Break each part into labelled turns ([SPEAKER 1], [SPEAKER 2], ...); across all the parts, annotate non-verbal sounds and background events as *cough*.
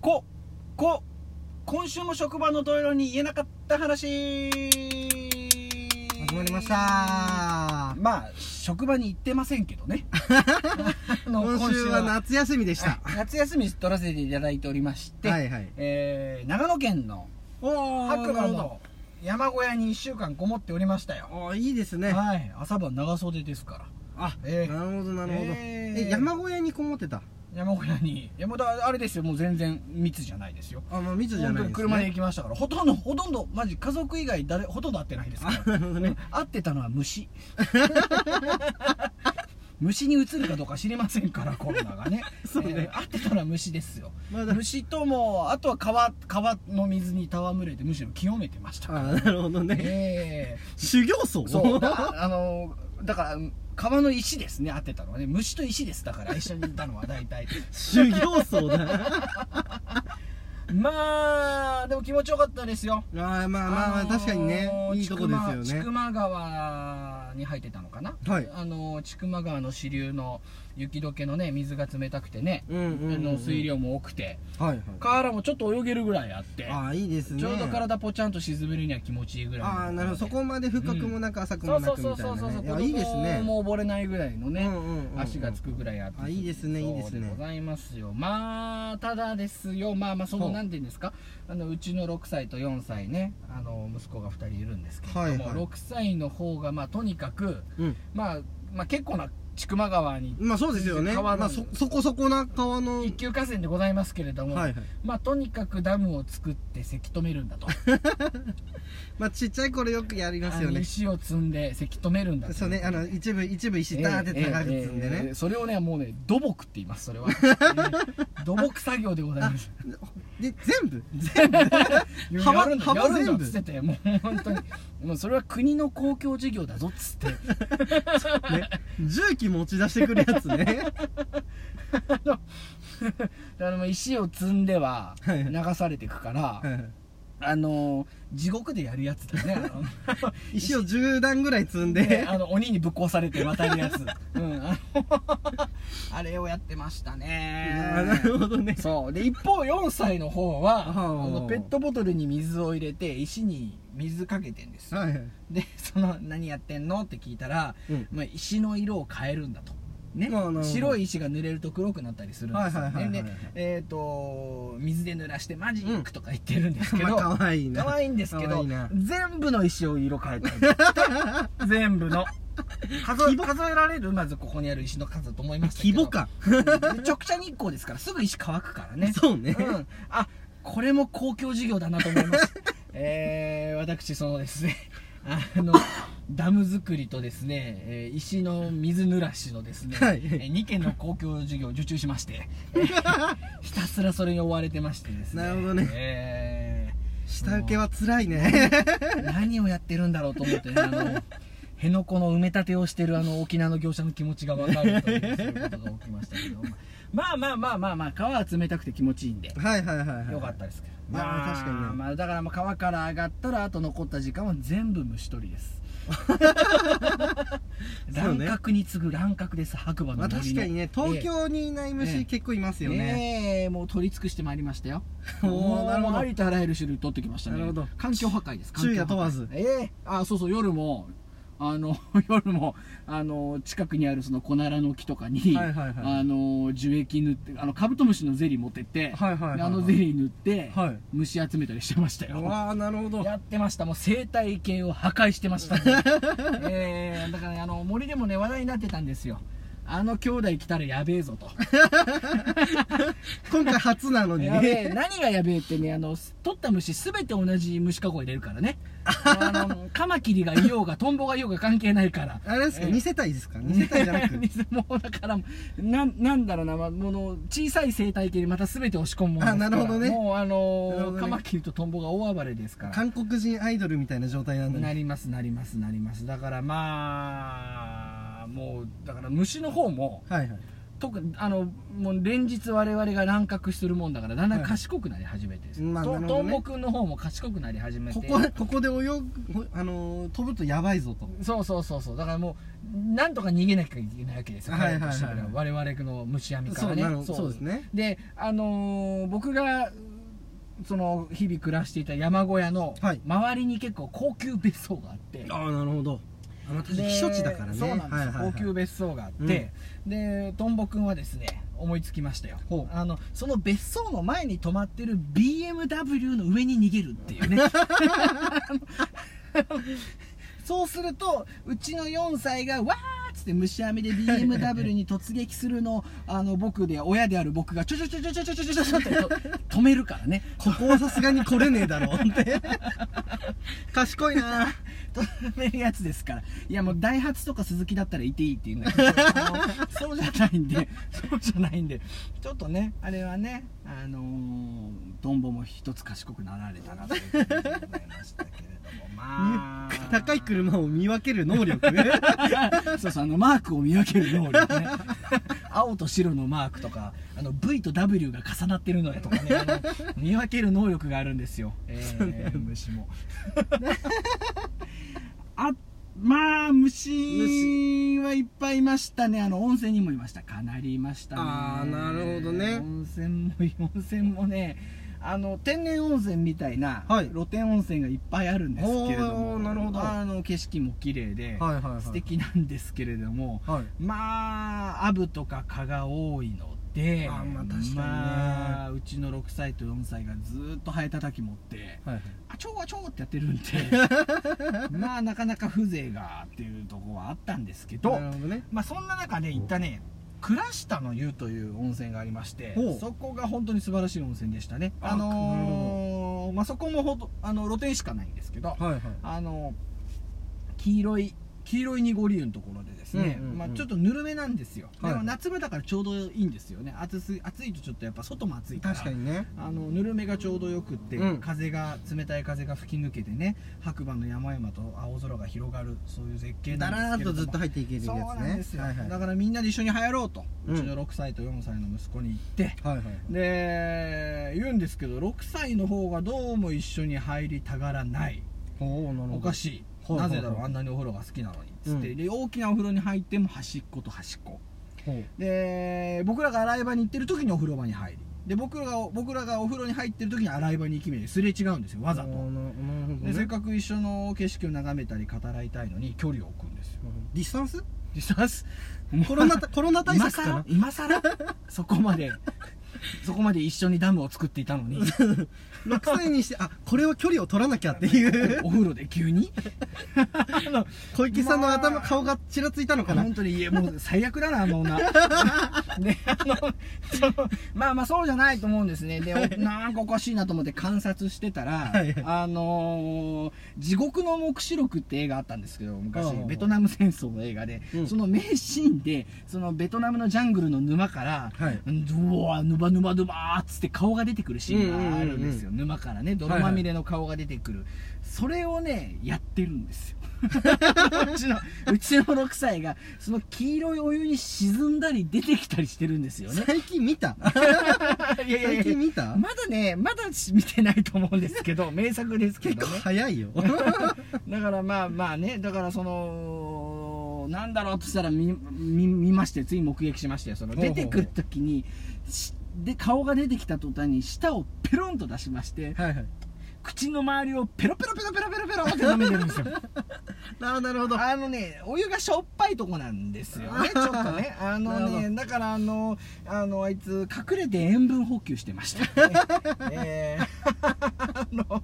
[SPEAKER 1] こ、こ、今週も職場の同僚に言えなかった話
[SPEAKER 2] 始まりました
[SPEAKER 1] まあ、職場に行ってませんけど
[SPEAKER 2] *laughs*
[SPEAKER 1] ね。あの
[SPEAKER 2] 今週は夏休みでし
[SPEAKER 1] は
[SPEAKER 2] た
[SPEAKER 1] い夏休み取らせていただいておりまして、
[SPEAKER 2] はいはい
[SPEAKER 1] えー、長野県の
[SPEAKER 2] おー
[SPEAKER 1] 白
[SPEAKER 2] な
[SPEAKER 1] 馬
[SPEAKER 2] るほど
[SPEAKER 1] の山小屋に1週間こもっておりましたよ。
[SPEAKER 2] おーいいですね
[SPEAKER 1] はい、朝晩長袖ですから。
[SPEAKER 2] あ
[SPEAKER 1] えー
[SPEAKER 2] なるほどなるほど
[SPEAKER 1] えー
[SPEAKER 2] え山小屋にこもってた
[SPEAKER 1] 山小屋に、山田、あれですよ、もう全然密じゃないですよ。
[SPEAKER 2] あもう密じゃない
[SPEAKER 1] 本当に
[SPEAKER 2] です
[SPEAKER 1] 車で行
[SPEAKER 2] ね
[SPEAKER 1] きましたからほとんどほとんどマジ家族以外誰ほとんど会ってないですか
[SPEAKER 2] あ
[SPEAKER 1] ら
[SPEAKER 2] なるほど
[SPEAKER 1] *laughs*
[SPEAKER 2] ね
[SPEAKER 1] 会ってたのは虫 *laughs* 虫にうつるかどうか知りませんからコロナがね
[SPEAKER 2] そうね
[SPEAKER 1] えー会ってたのは虫ですよ
[SPEAKER 2] まだ
[SPEAKER 1] 虫ともうあとは川川の水に戯れてむしろ清めてました
[SPEAKER 2] あなるほどね
[SPEAKER 1] ええ
[SPEAKER 2] 修行僧
[SPEAKER 1] そう
[SPEAKER 2] あ
[SPEAKER 1] だあのだから川の石ですね会ってたのはね虫と石ですだから一緒にいたのは大体
[SPEAKER 2] *laughs* 修行僧だ
[SPEAKER 1] まあでも気持ちよかったですよ
[SPEAKER 2] あーまあまあまあ確かにね
[SPEAKER 1] あのー
[SPEAKER 2] いいとこです
[SPEAKER 1] 千
[SPEAKER 2] よね
[SPEAKER 1] 曲千曲川に入ってたのかな、
[SPEAKER 2] はい
[SPEAKER 1] あのー千曲川の支流の雪解けのね水が冷たくてね、
[SPEAKER 2] うんうんうん
[SPEAKER 1] あの水量も多くて
[SPEAKER 2] はいはい
[SPEAKER 1] 河原もちょっと泳げるぐらいあって
[SPEAKER 2] あーいいですね
[SPEAKER 1] ちょうど体ぽちゃんと沈めるには気持ちいいぐらいの
[SPEAKER 2] ああなるほどそこまで深くもなく浅く
[SPEAKER 1] そ
[SPEAKER 2] も
[SPEAKER 1] う
[SPEAKER 2] な
[SPEAKER 1] そう
[SPEAKER 2] く
[SPEAKER 1] そ
[SPEAKER 2] み
[SPEAKER 1] う
[SPEAKER 2] たい
[SPEAKER 1] そうそう
[SPEAKER 2] な
[SPEAKER 1] そ
[SPEAKER 2] ね
[SPEAKER 1] う
[SPEAKER 2] いやいいです
[SPEAKER 1] 子供
[SPEAKER 2] ね
[SPEAKER 1] も溺れないぐらいのね、
[SPEAKER 2] うんうんうんうん
[SPEAKER 1] 足がつくぐらいあって
[SPEAKER 2] あいいですねいいですね
[SPEAKER 1] そうございますよまあただですよまあまあその
[SPEAKER 2] ほう
[SPEAKER 1] なんて言うんですかあのうちの6歳と4歳ねあの息子が2人いるんですけれども、
[SPEAKER 2] はいはい
[SPEAKER 1] 6歳の方がまあとにかく、
[SPEAKER 2] うん
[SPEAKER 1] まあ、まあ結構な千曲川に
[SPEAKER 2] まあそうですよね、
[SPEAKER 1] 川
[SPEAKER 2] ま
[SPEAKER 1] の
[SPEAKER 2] あ、そそこそこな川の
[SPEAKER 1] 一級河川でございますけれども、
[SPEAKER 2] はいはい
[SPEAKER 1] まあとにかくダムを作ってせき止める
[SPEAKER 2] *laughs*
[SPEAKER 1] んだと、
[SPEAKER 2] まあちっちゃい頃よくやります
[SPEAKER 1] あ
[SPEAKER 2] よ
[SPEAKER 1] の
[SPEAKER 2] ね
[SPEAKER 1] 石を積んでせき止めるんだと
[SPEAKER 2] そうねあの一部一部石ダーって高く積んで
[SPEAKER 1] えええええ
[SPEAKER 2] ね
[SPEAKER 1] えそれをねもうね土木って言いますそれ
[SPEAKER 2] *laughs*
[SPEAKER 1] は、ええ土木作業でございます
[SPEAKER 2] で全部幅
[SPEAKER 1] やるんだ
[SPEAKER 2] 幅
[SPEAKER 1] やるんだ
[SPEAKER 2] 全部
[SPEAKER 1] っつっててもう本当に *laughs* もうそれは国の公共事業だぞっつって *laughs*
[SPEAKER 2] ね重機持ち出してくるやつね
[SPEAKER 1] *laughs* あの石を積んでは
[SPEAKER 2] はい
[SPEAKER 1] 流されていくから
[SPEAKER 2] はいはい
[SPEAKER 1] あの地獄でやるやつだねあの
[SPEAKER 2] 石を10段ぐらい積ん
[SPEAKER 1] *laughs* ね
[SPEAKER 2] で
[SPEAKER 1] あの鬼にぶっ壊されて渡るやつ、うん、あの *laughs* あれをやってました
[SPEAKER 2] あー
[SPEAKER 1] ね
[SPEAKER 2] なるほどね
[SPEAKER 1] そうで一方4歳の方は
[SPEAKER 2] あ
[SPEAKER 1] あ
[SPEAKER 2] ー
[SPEAKER 1] のペットボトルに水を入れて石に水かけてんですよ
[SPEAKER 2] はいはい
[SPEAKER 1] で *laughs* その「何やってんの?」って聞いたら、
[SPEAKER 2] うん
[SPEAKER 1] まあ、石の色を変えるんだと。ね
[SPEAKER 2] あーなるほど、
[SPEAKER 1] 白い石が濡れると黒くなったりするんですよ、
[SPEAKER 2] はいはいはいはい
[SPEAKER 1] ねで、えー、と水で濡らしてマジックとか言ってるんですけ *laughs* ど、
[SPEAKER 2] まあ可愛いな
[SPEAKER 1] 可愛いんですけ
[SPEAKER 2] 可
[SPEAKER 1] ど
[SPEAKER 2] 愛いな
[SPEAKER 1] 全部の石を色変えてる *laughs* 全部の数え数えられるまずここにある石の数だと思いましたけ
[SPEAKER 2] 規
[SPEAKER 1] ど *laughs*
[SPEAKER 2] 模感
[SPEAKER 1] うん直射日光ですからすぐ石乾くからね
[SPEAKER 2] そうね
[SPEAKER 1] ん、あこれも公共事業だなと思います *laughs* えー、私そのですねあのダム作りとですね、えー石の水濡らしのですね、
[SPEAKER 2] はい
[SPEAKER 1] え2件の公共事業を受注しまして、
[SPEAKER 2] *laughs*
[SPEAKER 1] えーひたすらそれに追われてましてですね
[SPEAKER 2] なるほどね
[SPEAKER 1] え
[SPEAKER 2] 下請けは辛いね
[SPEAKER 1] ー何をやってるんだろうと思ってねあの辺野古の埋め立てをしてるあの沖縄の業者の気持ちが分かるというそういうことが起きましたけどまあまあまあまあまあ川は冷たくて気持ちいいんで
[SPEAKER 2] はいはいはいはい
[SPEAKER 1] よかったですけど、
[SPEAKER 2] いやー
[SPEAKER 1] まあ
[SPEAKER 2] 確かにね
[SPEAKER 1] まあ、だからもう川から上がったらあと残った時間は全部虫取りです
[SPEAKER 2] *laughs* そう
[SPEAKER 1] 乱
[SPEAKER 2] ね
[SPEAKER 1] 獲に次ぐ乱獲です白馬の
[SPEAKER 2] まあ
[SPEAKER 1] 森の
[SPEAKER 2] 確かにね東京にいない
[SPEAKER 1] え
[SPEAKER 2] 虫
[SPEAKER 1] え
[SPEAKER 2] 結構います
[SPEAKER 1] え
[SPEAKER 2] よね
[SPEAKER 1] ええもう取り尽くしてまいりましたよ
[SPEAKER 2] *laughs* おー
[SPEAKER 1] もう
[SPEAKER 2] なるほど
[SPEAKER 1] ありとあらゆる種類取ってきましたね
[SPEAKER 2] なるほど
[SPEAKER 1] 環境破壊です環
[SPEAKER 2] 昼
[SPEAKER 1] 境
[SPEAKER 2] 夜
[SPEAKER 1] 破壊
[SPEAKER 2] 問わず
[SPEAKER 1] ええあそうそう夜もあの *laughs* 夜もあの近くにあるそのコナラの木とかに、
[SPEAKER 2] はいはいはい
[SPEAKER 1] あの樹液塗ってあのカブトムシのゼリー持ってって、
[SPEAKER 2] はいはいはいはい
[SPEAKER 1] あのゼリー塗って、
[SPEAKER 2] はい
[SPEAKER 1] 虫集めたりしてましたよ
[SPEAKER 2] ああなるほど
[SPEAKER 1] やってましたもう生態系を破壊してました、
[SPEAKER 2] *laughs*
[SPEAKER 1] えーだからねあの森でもね話題になってたんですよあの兄弟来たらやべえぞと
[SPEAKER 2] 今回初なのに
[SPEAKER 1] やべえ
[SPEAKER 2] ね
[SPEAKER 1] 何がやべえってねあの取った虫全て同じ虫かご入れるからねあのカマキリがいようがトンボがいようが関係ないから
[SPEAKER 2] あれですか、
[SPEAKER 1] ええ
[SPEAKER 2] 2世帯ですか2世帯じゃなく
[SPEAKER 1] *laughs* もうだから *laughs* なんなんだろうな、まあ、もの小さい生態系にまた全て押し込むものですから
[SPEAKER 2] あなるほどね
[SPEAKER 1] もうあ
[SPEAKER 2] なるほ
[SPEAKER 1] の
[SPEAKER 2] どね
[SPEAKER 1] カマキリとトンボが大暴れですから
[SPEAKER 2] 韓国人アイドルみたいな状態なんだ
[SPEAKER 1] な
[SPEAKER 2] ね
[SPEAKER 1] りますなりますなりますだからまあもうだから虫の方も
[SPEAKER 2] はいはい
[SPEAKER 1] 特にあのもう連日我々が乱獲するもんだからだんだん賢くなり始めて、
[SPEAKER 2] いまあ
[SPEAKER 1] と
[SPEAKER 2] なるほど
[SPEAKER 1] ト
[SPEAKER 2] ね
[SPEAKER 1] ンボくんの方も賢くなり始めて
[SPEAKER 2] ここここで泳ぐほあのー飛ぶとやばいぞと
[SPEAKER 1] そうそうそうそうだからもうなんとか逃げなきゃいけないわけですよ、
[SPEAKER 2] はいはいはい
[SPEAKER 1] 彼らとしては我々の虫網か
[SPEAKER 2] そ
[SPEAKER 1] ら
[SPEAKER 2] う
[SPEAKER 1] ね
[SPEAKER 2] なるほどそうですね
[SPEAKER 1] であのー僕がその日々暮らしていた山小屋の
[SPEAKER 2] はい
[SPEAKER 1] 周りに結構高級別荘があって、
[SPEAKER 2] ああなるほどあの私
[SPEAKER 1] で
[SPEAKER 2] 避暑地だからね
[SPEAKER 1] そうなんですよ、
[SPEAKER 2] はいはいはい
[SPEAKER 1] 高級別荘があって、でトンボくんはですね思いつきましたよ
[SPEAKER 2] ほう
[SPEAKER 1] あのその別荘の前に止まってる BMW の上に逃げるっていうねそうするとうちの4歳がわーっつって虫網で BMW に突撃するのをあの僕で親である僕がちょちょちょちょちょちょちょちょちょって止めるからね
[SPEAKER 2] ここはさすがに来れねえだろうって
[SPEAKER 1] *laughs*
[SPEAKER 2] 賢いな
[SPEAKER 1] 止めるやつですからいやもうダイハツとか鈴木だったらいていいって言
[SPEAKER 2] *laughs*
[SPEAKER 1] うんだけどあのそうじゃないんでそうじゃないんでちょっとねあれはねあのートンボも一つ賢くなられたなという感じでございましたけれどもまあ
[SPEAKER 2] *laughs* 高い車を見分ける能
[SPEAKER 1] *laughs*
[SPEAKER 2] 力
[SPEAKER 1] そうそうあのマークを見分ける能力ね青と白のマークとかあの V と W が重なってるのやとかねあの見分ける能力があるんですよ、えー虫
[SPEAKER 2] *laughs*
[SPEAKER 1] もあまあ虫はいっぱいいましたねあの温泉にもいましたかなりいましたね
[SPEAKER 2] あーなるほどね
[SPEAKER 1] 温泉も *laughs* 温泉もねあの天然温泉みたいな
[SPEAKER 2] はい
[SPEAKER 1] 露天温泉がいっぱいあるんですけれども、
[SPEAKER 2] おーなるほど
[SPEAKER 1] あの景色も綺麗で、
[SPEAKER 2] はいはいはい
[SPEAKER 1] 素敵なんですけれども、
[SPEAKER 2] はい
[SPEAKER 1] まあアブとか蚊が多いので
[SPEAKER 2] あまあ確かにね
[SPEAKER 1] まあうちの6歳と4歳がずっとハエたたき持って
[SPEAKER 2] はい
[SPEAKER 1] 「あちょうあちょう」ってやってるんで
[SPEAKER 2] *laughs*
[SPEAKER 1] まあなかなか風情がっていうとこはあったんですけど、
[SPEAKER 2] なるほどね
[SPEAKER 1] まあ、そんな中で行ったね倉下の湯という温泉がありまして
[SPEAKER 2] ほう
[SPEAKER 1] そこが本当に素晴らしい温泉でしたね
[SPEAKER 2] あ
[SPEAKER 1] あのーまあ、そこもほんとあの露天しかないんですけど
[SPEAKER 2] はいはい
[SPEAKER 1] あの黄色い黄色い濁り湯のところでですね、
[SPEAKER 2] うんうんうん
[SPEAKER 1] まあ、ちょっとぬるめなんですよ、
[SPEAKER 2] はい
[SPEAKER 1] でも夏場だからちょうどいいんですよね暑す暑いとちょっとやっぱ外も暑いから
[SPEAKER 2] 確かにね
[SPEAKER 1] あのぬるめがちょうどよくって、
[SPEAKER 2] うん
[SPEAKER 1] 風が冷たい風が吹き抜けてね白馬の山々と青空が広がるそういう絶景な
[SPEAKER 2] だ
[SPEAKER 1] んですけれど
[SPEAKER 2] らーっ
[SPEAKER 1] も
[SPEAKER 2] とずっと入っていけるや
[SPEAKER 1] そう
[SPEAKER 2] つ
[SPEAKER 1] なん
[SPEAKER 2] ね
[SPEAKER 1] ですよ、
[SPEAKER 2] はいはい
[SPEAKER 1] だからみんなで一緒に流行ろうと、う
[SPEAKER 2] うん
[SPEAKER 1] ちの6歳と4歳の息子に行って
[SPEAKER 2] はいはい
[SPEAKER 1] で言うんですけど6歳の方がどうも一緒に入りたがらない
[SPEAKER 2] おおなるほど
[SPEAKER 1] おかしい、
[SPEAKER 2] はいはいはい
[SPEAKER 1] なぜだろうあんなにお風呂が好きなのにっつって、
[SPEAKER 2] うん
[SPEAKER 1] で大きなお風呂に入っても端っこと端っこ
[SPEAKER 2] ほう
[SPEAKER 1] で僕らが洗い場に行ってる時にお風呂場に入りで僕らが僕らがお風呂に入ってる時に洗い場に行きめですれ違うんですよわざと、
[SPEAKER 2] おーななるほどね
[SPEAKER 1] でせっかく一緒の景色を眺めたり語らいたいのに距離を置くんですよ
[SPEAKER 2] ディスタンス
[SPEAKER 1] でさ *laughs* す
[SPEAKER 2] コロ *laughs* ナコロナ対
[SPEAKER 1] 今
[SPEAKER 2] 策か
[SPEAKER 1] 更
[SPEAKER 2] な
[SPEAKER 1] 今更 *laughs* そこまでそこまで一緒にダムを作っていたの *laughs* に
[SPEAKER 2] 6歳にしてあこれは距離を取らなきゃっていう
[SPEAKER 1] お風呂で急に *laughs* あの
[SPEAKER 2] *laughs* 小池さんの頭
[SPEAKER 1] まあ
[SPEAKER 2] 顔がちらついたのかな
[SPEAKER 1] 本当にいやもう最悪だなあの
[SPEAKER 2] *laughs*
[SPEAKER 1] 女ねあのそのまあまあそうじゃないと思うんですねで
[SPEAKER 2] *laughs*
[SPEAKER 1] おなんかおかしいなと思って観察してたら
[SPEAKER 2] はい
[SPEAKER 1] あのー地獄の黙示録」って映画あったんですけど昔
[SPEAKER 2] うん
[SPEAKER 1] ベトナム戦争の映画で、
[SPEAKER 2] うん
[SPEAKER 1] その名シーンでそのベトナムのジャングルの沼から
[SPEAKER 2] はいう
[SPEAKER 1] わぬばぬばぬばーっつって顔が出てくるシーンがあるんですよ、沼からね泥まみれの顔が出てくる、それをねやってるんですよ *laughs* うちのうちの6歳がその黄色いお湯に沈んだり出てきたりしてるんですよ
[SPEAKER 2] *laughs*
[SPEAKER 1] ね
[SPEAKER 2] 最近見た
[SPEAKER 1] いやいやいや
[SPEAKER 2] 最近見た
[SPEAKER 1] まだねまだ見てないと思うんですけど名作ですけ
[SPEAKER 2] 結
[SPEAKER 1] ど
[SPEAKER 2] 構
[SPEAKER 1] ね
[SPEAKER 2] 早 *laughs* いよ
[SPEAKER 1] だからまあまあねだからそのなんだろうとしたら見見見ましてつい目撃しましたよその
[SPEAKER 2] ほうほ
[SPEAKER 1] 出
[SPEAKER 2] う
[SPEAKER 1] てくる時にしで顔が出てきた途端に舌をペロンと出しまして
[SPEAKER 2] はい *laughs* はい
[SPEAKER 1] 口の周りをペロペロペロペロペロペロって舐めてるんですよ
[SPEAKER 2] なるなるほ
[SPEAKER 1] *laughs*
[SPEAKER 2] ど
[SPEAKER 1] あのねお湯がしょっぱいとこなんですよ
[SPEAKER 2] *laughs*
[SPEAKER 1] ねちょっとねあの
[SPEAKER 2] なる
[SPEAKER 1] ねだからあのあのあいつ隠れて塩分補給してま
[SPEAKER 2] *laughs*
[SPEAKER 1] した、ねえーあの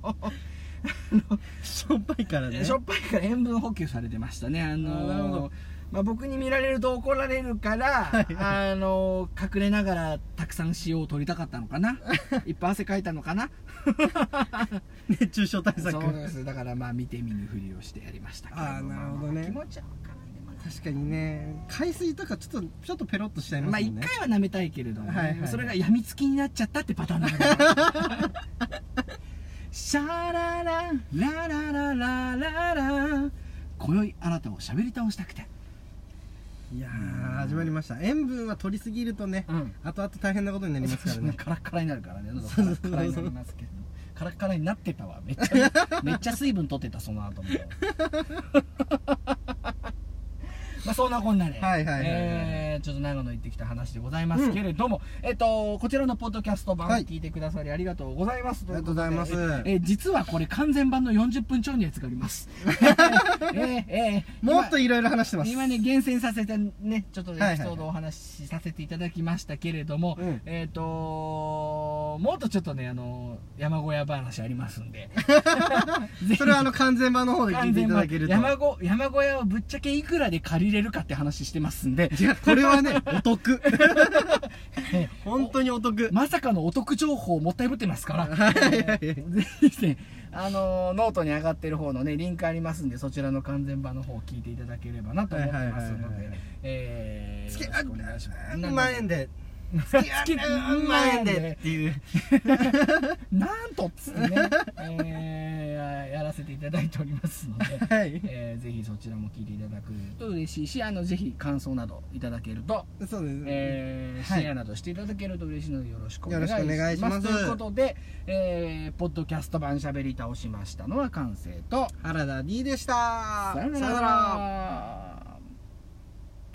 [SPEAKER 2] しょっぱいからね
[SPEAKER 1] しょっぱいから塩分補給されてましたねあのー
[SPEAKER 2] あなるほど
[SPEAKER 1] まあ、僕に見られると怒られるから、あのー隠れながらたくさん塩を取りたかったのか
[SPEAKER 2] *laughs*
[SPEAKER 1] ないっぱい汗かいたのかな
[SPEAKER 2] 熱中症対策
[SPEAKER 1] そうですだからまあ見て見ぬふりをしてやりましたけれど
[SPEAKER 2] あーなるほ
[SPEAKER 1] まあ
[SPEAKER 2] どね
[SPEAKER 1] まあ気持ちは分からんでもない
[SPEAKER 2] 確かにね海水とかちょっとちょっとペロッとしちゃい
[SPEAKER 1] ま
[SPEAKER 2] ま
[SPEAKER 1] あ
[SPEAKER 2] すも
[SPEAKER 1] 一
[SPEAKER 2] んね、
[SPEAKER 1] 回は舐めたいけれどもね、
[SPEAKER 2] はいはいはい
[SPEAKER 1] それが病みつきになっちゃったってパターンなのかなシャララララララララ今宵あなたを喋り倒したくて
[SPEAKER 2] いや
[SPEAKER 1] うん
[SPEAKER 2] ー始まりました塩分は取りすぎるとね
[SPEAKER 1] うん
[SPEAKER 2] 後々大変なことになりますからね
[SPEAKER 1] *laughs* カラッカラになるからね喉カラッカラになりますけどカラッカラになってたわめっちゃ
[SPEAKER 2] *laughs*
[SPEAKER 1] めっちゃ水分取ってたその後もまあそんなこんなで、
[SPEAKER 2] はいはいはいはい
[SPEAKER 1] えーちょっと長野行ってきた話でございますけれども、えっとこちらのポッドキャスト版
[SPEAKER 2] はい
[SPEAKER 1] 聞いてくださりありがとうございます、
[SPEAKER 2] ありがとうございます
[SPEAKER 1] とうことでえー実はこれ完全版の40分超のやつがあり
[SPEAKER 2] *laughs*
[SPEAKER 1] ます、 *laughs* えーえー
[SPEAKER 2] もっといろいろ話してます
[SPEAKER 1] 今ね厳選させてねちょっとエピ
[SPEAKER 2] はいはいはい
[SPEAKER 1] ソードをお話しさせていただきましたけれども、
[SPEAKER 2] うん
[SPEAKER 1] えっ、ともっとちょっとねあの山小屋話ありますんでぜひ
[SPEAKER 2] *laughs* それはあの完全版の方で聞いていただけると
[SPEAKER 1] 完全版山小山小屋をぶっちゃけいくらで借りれるかって話してます
[SPEAKER 2] *laughs*
[SPEAKER 1] んで
[SPEAKER 2] いやこれはねお得 *laughs* 本当にお得
[SPEAKER 1] まさかのお得情報をもったいぶってますから、
[SPEAKER 2] はいはいはい
[SPEAKER 1] えーぜひねあのーノートに上がってる方のねリンクありますんでそちらの完全版の方を聞いていただければなと思ってますの
[SPEAKER 2] はいはいはい
[SPEAKER 1] で
[SPEAKER 2] はい
[SPEAKER 1] えー
[SPEAKER 2] 月
[SPEAKER 1] よろしくお願いします
[SPEAKER 2] 何万円で
[SPEAKER 1] 月
[SPEAKER 2] 月何万円でっていう
[SPEAKER 1] なんとっつってね、えーやらせていただいておりますので、
[SPEAKER 2] *laughs* はい
[SPEAKER 1] えーぜひそちらも聞いていただくと嬉しいしあのぜひ感想などいただけると、
[SPEAKER 2] そうです
[SPEAKER 1] えー
[SPEAKER 2] はい
[SPEAKER 1] シェアなどしていただけると嬉しいのでよろしくお願いし
[SPEAKER 2] よろしくお願いし
[SPEAKER 1] ま
[SPEAKER 2] ますす
[SPEAKER 1] ということで、えーポッドキャスト版しゃべり倒しましたのは完成と
[SPEAKER 2] 原田 D でした
[SPEAKER 1] さよなら
[SPEAKER 2] なら